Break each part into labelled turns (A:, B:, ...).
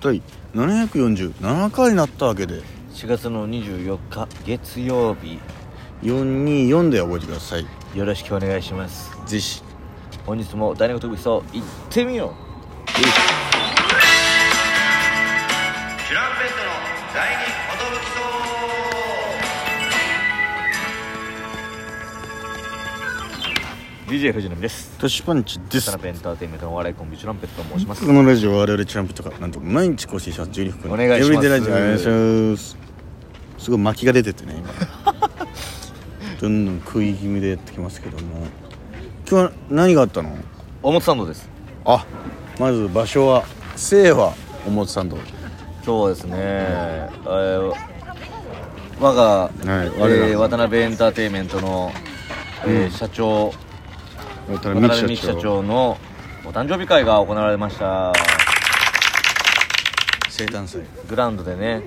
A: 第747回になったわけで
B: 4月の24日月曜日
A: 424で覚えてください
B: よろしくお願いします
A: ぜひ
B: 本日も第二言武装行ってみよう
C: チュランペットの第二寿
B: DJ 藤波です
A: トシパンチで
B: サ
A: す
B: ナペエンターテインメントのお笑いコンビチュランペットと申します
A: このラジオは我々チャンピとかなんと毎日更新します12分
B: お願いし
A: エブ
B: ます
A: リデイラジオお願いしますすごい巻きが出ててね今 どんどん食い気味でやってきますけども今日は何があったの
B: 表参道です
A: あまず場所は聖和表参道
B: 今日はですね、えー我が、え
A: 我ら
B: ー渡辺エンターテインメントの、えー社長
A: 渡
B: 渡辺美樹社長のお誕生日会が行われました
A: 生誕祭
B: グラウンドでね、
A: はい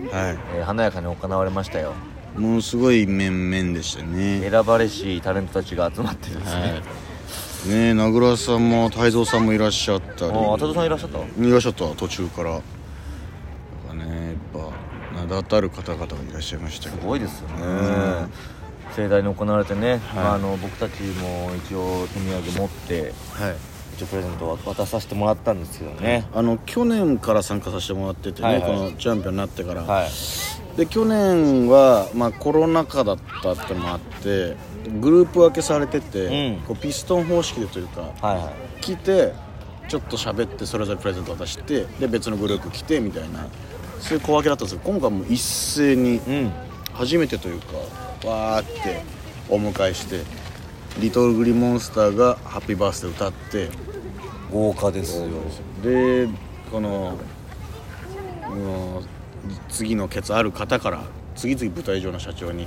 B: えー華やかに行われましたよ
A: ものすごい面々でしたね
B: 選ばれしタレントたちが集まってですね、
A: はいねえ名倉さんも太蔵さんもいらっしゃったり
B: ああ浅田さんいらっしゃった
A: いらっしゃった途中からなんかねやっぱ名だたる方々がいらっしゃいましたけ
B: す
A: ど
B: ごいですよね盛大に行われてね、まあ、あの僕たちも一応手土産持って
A: はい
B: 一応プレゼントを渡させてもらったんですけどね
A: あの去年から参加させてもらっててね、
B: はいはい
A: このチャンピオンになってから、
B: はい
A: で去年は、まあ、コロナ禍だったってのもあってグループ分けされてて、
B: うん
A: こうピストン方式でというか
B: はいはい
A: 来てちょっと喋ってそれぞれプレゼント渡してで別のグループ来てみたいなそういう小分けだったんですけど今回もう一斉に
B: うん
A: 初めてというかわーってお迎えしてリトルグリモンスターが「ハッピーバースデー」歌って
B: 豪華ですよ
A: でこのもう次のケツある方から次々舞台上の社長に、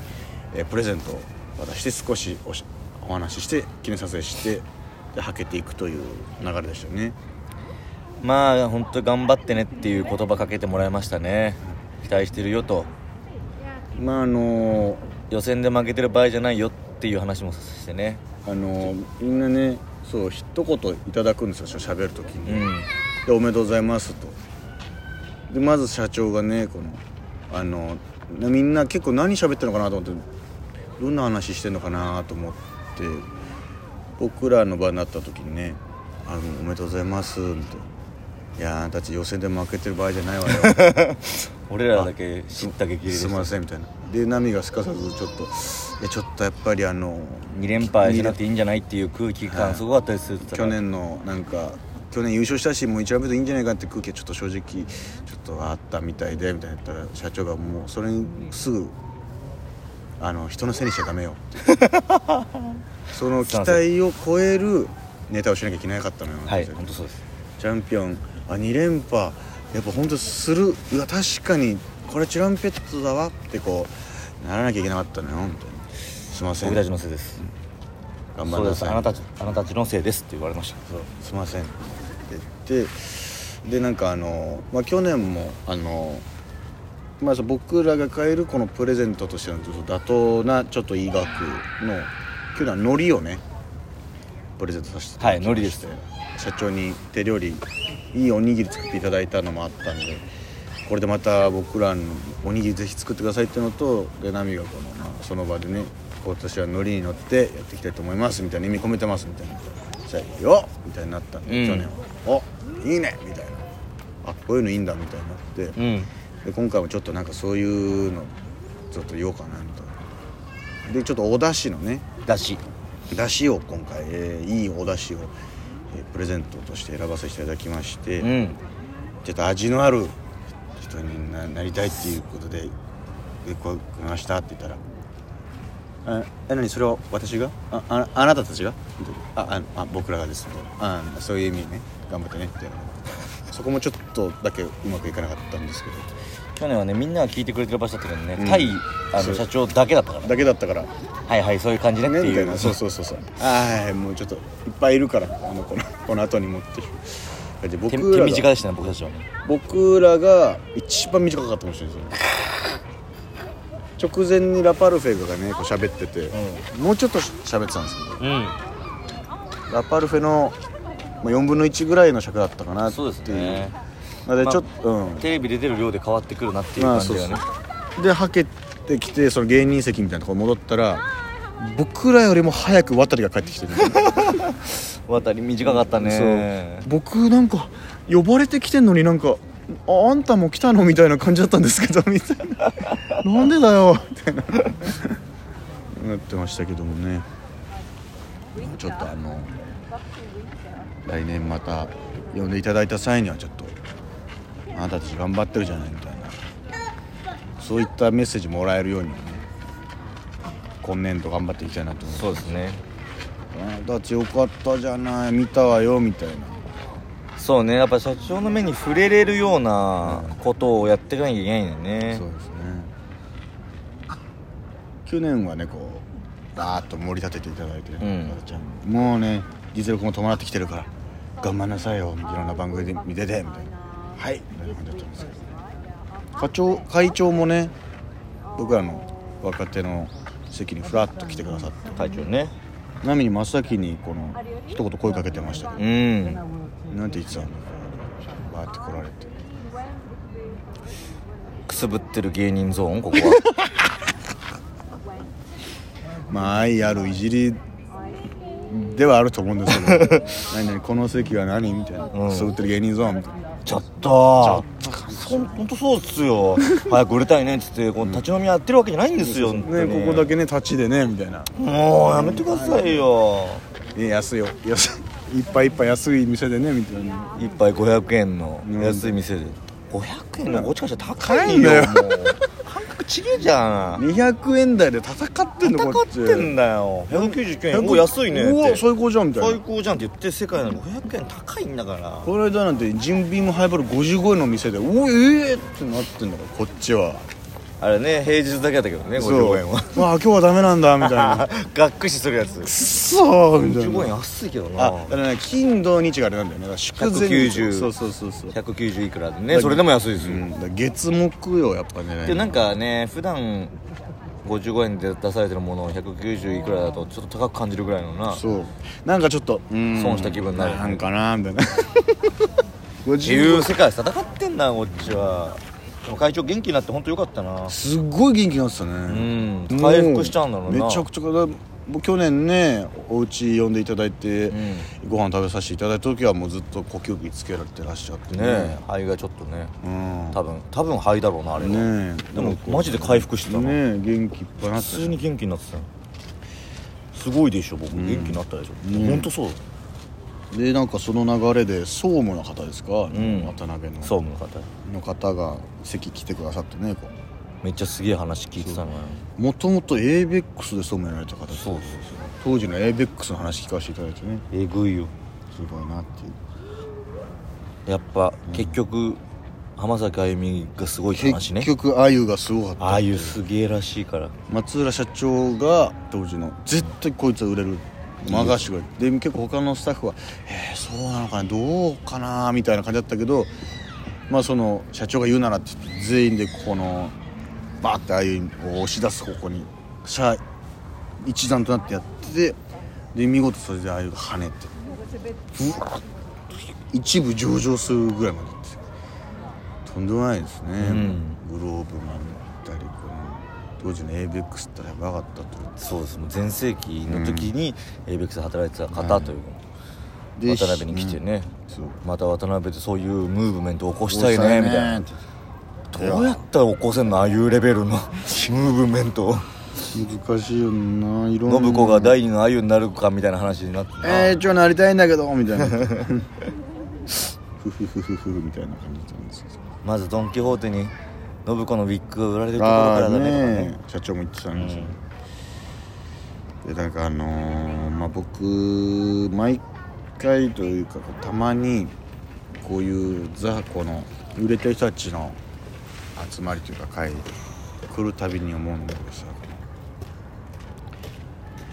A: えープレゼントを渡して少しおしお話しして記念撮影してではけていくという流れでしたね
B: まあ本当頑張ってねっていう言葉かけてもらいましたね期待してるよと
A: まああのー
B: 予選で負けてる場合じゃないよっていう話もしてね
A: あのーみんなねそう一言いただくんですよ喋る時に
B: う、ん
A: でおめでとうございますとでまず社長がねこのあのなみんな結構何喋ってるのかなと思ってどんな話してんのかなと思って僕らの場になった時にね「あのおめでとうございます」みたいな「いやあなたたち予選で負けてる場合じゃ ないわよ」
B: 俺らだけ知った激励ですす
A: みませんみたいなでナミがすかさずちょっと「いやちょっとやっぱりあの
B: 2連敗しなくていいんじゃないっていう空気感すごかったですって言ってた
A: 去
B: ら
A: 年のなんか去年優勝したしもう一ラウンドでいいんじゃないかって空気はちょっと正直ちょっとあったみたいでみたいな言ったら社長がもうそれにすぐあの人のせいにしちゃダ メよってその期待を超えるネタをしなきゃいけなかったのよ、
B: はい
A: チ
B: 本当そうです
A: ャンピオンあ2連覇やっぱ本当するうわ確かにこれチュランペットだわってこうならなきゃいけなかったのよみたいなすいません
B: 僕たちのせいです
A: 頑張
B: そ
A: り
B: う
A: な
B: です
A: さい
B: あなたたちあなたたちのせいですって言われましたそう
A: すいませんって言ってでなんかあの、まあ、去年もあの、まあ、そう僕らが買えるこのプレゼントとしてのちょっと妥当なちょっといい額の去年は海苔をねプレゼントさせていただきまして
B: はい
A: 社長に手料理いいおにぎり作っていただいたのもあったんでこれでまた僕らのおにぎりぜひ作ってくださいっていうのとでナミがこの、まあその場でね今年は海苔に乗ってやっていきたいと思いますみたいな意味込めてますみたいな「じゃあよっ!」みたいになったんで、
B: うん
A: 去年は「おいいね!」みたいな「あこういうのいいんだ」みたいになって、
B: う
A: で
B: ん
A: 今回もちょっとなんかそういうのちょっと言おうかなみたいなでちょっとお出汁のね
B: だし
A: 出汁を今回、えーいいお出汁を、えープレゼントとして選ばせていただきまして、
B: うん
A: ちょっと味のある人にななりたいっていうことで「でこう組みました」って言ったら「あえ何それは私があああなたたちが?」あああ僕らがです」みたいなあそういう意味ね頑張ってね」みたいなそこもちょっとだけうまくいかなかったんですけど
B: 去年はねみんなが聞いてくれてる場所だったけどね
A: ん
B: 対あ
A: そう
B: の社長だけだったからね
A: だけだったから
B: はいはいそういう感じねって
A: ねみ
B: い
A: たいうなそうそうそうそうああもうちょっといっぱいいるからあのこのこの後に持ってきてで
B: 手手
A: 僕らが
B: 短でしたね僕たちはね
A: 僕らが一番短かったかもしれないですよ直前にラパルフェがねこう喋ってて、もうちょっと喋ってたんですけ
B: うん
A: どラパルフェのまあ4分の1ぐらいの尺だったかなって
B: そうです
A: いう
B: ね
A: ので
B: まあ
A: ちょっと、うん
B: テレビ出てる量で変わってくるなっていう
A: まあ
B: 感じ
A: そう
B: だ
A: そ
B: よ
A: う
B: ね、
A: ではけてきてその芸人席みたいなところ戻ったら僕らよりも早く渡りが帰ってきてる
B: 渡り短かったね
A: そう僕なんか呼ばれてきてんのになんかああんたも来たのみたいな感じだったんですけどみたいななんでだよみたいななってましたけどもねちょっとあの来年また呼んでいただいた際にはちょっとあなたたち頑張ってるじゃないみたいなそういったメッセージもらえるようにもね今年度頑張っていきたいなと思います
B: そうですね
A: あなたたちよかったじゃない見たわよみたいな
B: そうねやっぱ社長の目に触れれるようなことをやっていかなきゃいけないんだよね
A: そうですね去年はねこうダーッと盛り立てていただいて、
B: ん
A: 和田ちゃんもうね実力も伴ってきてるから頑張んなさいよいろんな番組で見ててみたいなはいみたいな感じだったんですけど課長会長もね僕らの若手の席にふらっと来てくださって
B: 会長ね
A: ちなみに真っ先にこの一言声かけてましたけど
B: うん
A: なんて言ってたのバーって来られて
B: くすぶってる芸人ゾーンここは
A: まあ愛あるいじりではあると思うんですけど 何々この席は何みたいな、
B: うん
A: そう売ってる芸人ゾーンみたいな
B: ちょっとそん本当そうっすよ 早く売れたいねっつってこう立ち飲みやってるわけじゃないんですよ、
A: ねここだけね立ちでねみたいな
B: けもうやめてくださいよ
A: ね安いよ安いいっぱいいっぱい安い店でねみたいな
B: 一杯500円の
A: うん
B: 安い店で500円のこっちからしたら高
A: 高
B: い
A: いんだ
B: よ
A: よ
B: もう感覚ちげえじゃん
A: 200円台で戦ってんの
B: 高
A: こ
B: っ
A: っち
B: てんだよ199円おう安いねっ
A: お
B: て
A: お最高じゃんみたい
B: 最
A: な
B: 高じゃんって言って世界の500円高いんだから
A: この間なんてジンビームハイボール55円の店でおおええってなってんだからこっちは
B: あれね平日だけだったけどね
A: そう
B: 55円は
A: まあ今日はダメなんだみたいな
B: がっくしするやつ
A: くそーみたいな
B: 55円安いけどな
A: あだからね金土日があれなんだよねだから祝前
B: 190
A: そうそうそうそう、
B: 190いくらでねそれでも安いです
A: う
B: よ、
A: ん、だから月木曜やっぱね
B: でなんかね普段55円で出されてるものを190いくらだとちょっと高く感じるぐらいのな
A: そうなんかちょっとうん
B: 損した気分になる
A: なんかなみ たいな
B: 自由世界戦ってんだこっちはでも会長元気になって本当よかったな
A: すっごい元気になってたね
B: うん
A: もう
B: 回復しちゃうんだろうな
A: めちゃくちゃだもう去年ねお家呼んでいただいて、
B: ん
A: ご飯食べさせていただいた時はもうずっと呼吸器つけられてらっしゃって
B: ねえ肺がちょっとね
A: うん
B: 多分多分肺だろうなあれは
A: ねえ
B: でもマジで回復してたな
A: ねえ元気いっぱいになって
B: 普通に元気になってたよすごいでしょ僕元気になったでしょ本当そう
A: でなんかその流れで総務の方ですか、
B: ん
A: 渡辺の
B: 総務の方
A: の方が席来てくださってねこ
B: めっちゃすげえ話聞いてたのよ
A: うもともと ABEX で総務やられた方です
B: そうそう
A: 当時の ABEX の話聞かせていただいてね
B: そうえぐいよ
A: すごいなっていう
B: やっぱ結局浜崎あゆみがすごいって話ね
A: 結局あゆがすごかった
B: あゆすげえらしいから
A: 松浦社長が当時の絶対こいつは売れる任してくれで結構他のスタッフは「えー、そうなのかなどうかな」みたいな感じだったけどまあその社長が言うならって言って全員でこのバーってああいうを押し出す方向に社一段となってやっててで見事それでああいうが跳ねてふわっと一部上場するぐらいまでいってとんでもないですね、
B: ん
A: グローブマンだったりこの当時の ABEX ったらやばかったと
B: そうですもう全盛期の時に ABEX で働いてた方という、
A: で
B: 渡辺に来てね、
A: そう
B: また渡辺でそういうムーブメントを起こしたいねみたいなどうやったら起こせんのああいうレベルのムーブメントを
A: 難しいよないろんな
B: 信子が第二のあゆになるかみたいな話になってな
A: えー、ちょなりたいんだけどみたいなふふふふふみたいな感じだったんですけど
B: まずドン・キホーテに信子のウィッグが売られてるところか
A: あ
B: ら
A: あ
B: だねとか
A: ね
B: ね
A: 社長も言ってたんですよ、でなんかあのーまあ僕毎回というかたまにこういうザこの売れてる人たちの集まりというか会来るたびに思うのがさ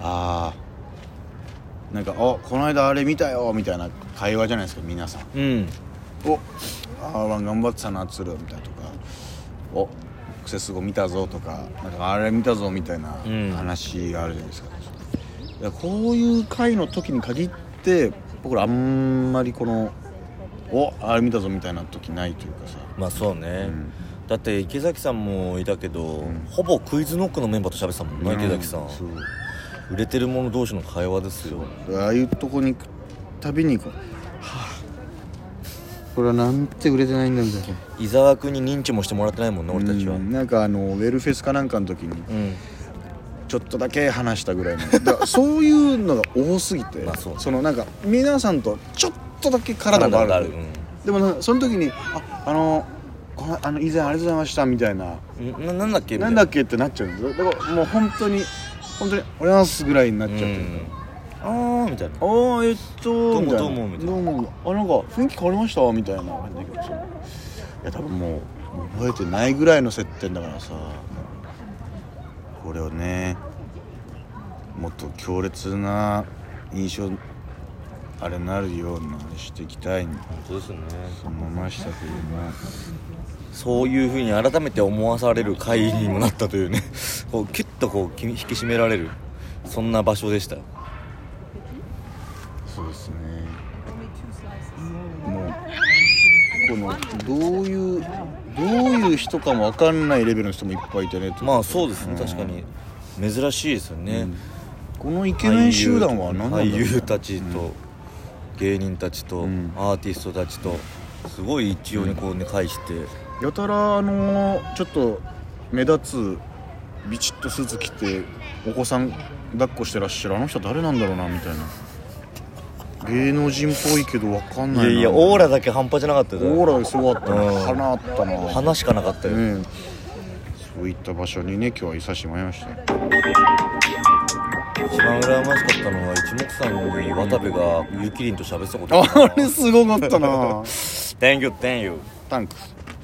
A: あーなんか「あこの間あれ見たよ」みたいな会話じゃないですか皆さん
B: うん
A: お R1 頑張ってたな鶴みたいなとかおクセスゴ見たぞとかなんかあれ見たぞみたいな
B: うん
A: 話があるじゃないですか、だからこういう回の時に限って僕らあんまりこのおあれ見たぞみたいな時ないというかさ
B: まあそうね、
A: ん
B: だって池崎さんもいたけど、ほぼクイズノックのメンバーと喋ってたもんね池崎さん、
A: そう
B: 売れてる者同士の会話ですよ
A: ああいうとこに行くたびにこうはあこれはなんて売れてないんだみたいな
B: 伊沢君に認知もしてもらってないもんね俺たちは
A: うんなんかあのウェルフェスかなんかの時に
B: うん
A: ちょっとだけ話したぐらいのだからそういうのが多すぎて、
B: まあそうね
A: のなんか皆さんとちょっとだけ体がある
B: 体がある
A: でもなその時に「ああのこのあの以前ありがとうございました」みたいな
B: うんななんだ
A: 「
B: っけ
A: なんだっけ?」ってなっちゃうんですよだからもう本当に本当に「おはようございます」ぐらいになっちゃ
B: み
A: ったて
B: いな
A: る、
B: うんああみたいな
A: ああえっと
B: どうも
A: みたいな
B: どうもみたいな
A: どうもあなんか雰囲気変わりましたみたいな感じだけどさいや多分もう覚えてないぐらいの接点だからさこれをねもっと強烈な印象あれなるようなしていきたい
B: 本当ですね
A: と思いましたけども
B: そういうふうに改めて思わされる会にもなったというね こうキュッとこうき引き締められるそんな場所でした
A: そうですねもうこのどういうどういう人かも分かんないレベルの人もいっぱいいてね
B: まあそうですね確かに珍しいですよね、
A: このイケメン集団は何なんだろうね
B: 俳優たちと芸人たちと
A: ん
B: アーティストたちとすごい一様にこうね返して
A: やたらあのーちょっと目立つビチッとスーツ着てお子さん抱っこしてらっしゃるあの人誰なんだろうなみたいな芸能人っぽいけど分かん
B: い
A: ない
B: や
A: ない
B: やオーラだけ半端じゃなかった
A: オ
B: よ
A: ーラがすごかったな
B: うん
A: 花あったな
B: 花しかなかったよ、
A: うんそういった場所にね今日はいさせてもらいましたよ
B: 一番羨ましかったのは一目散に渡部がゆきりんと喋ってたこと
A: あれすごかったな
B: Thank you, thank you
A: タンクス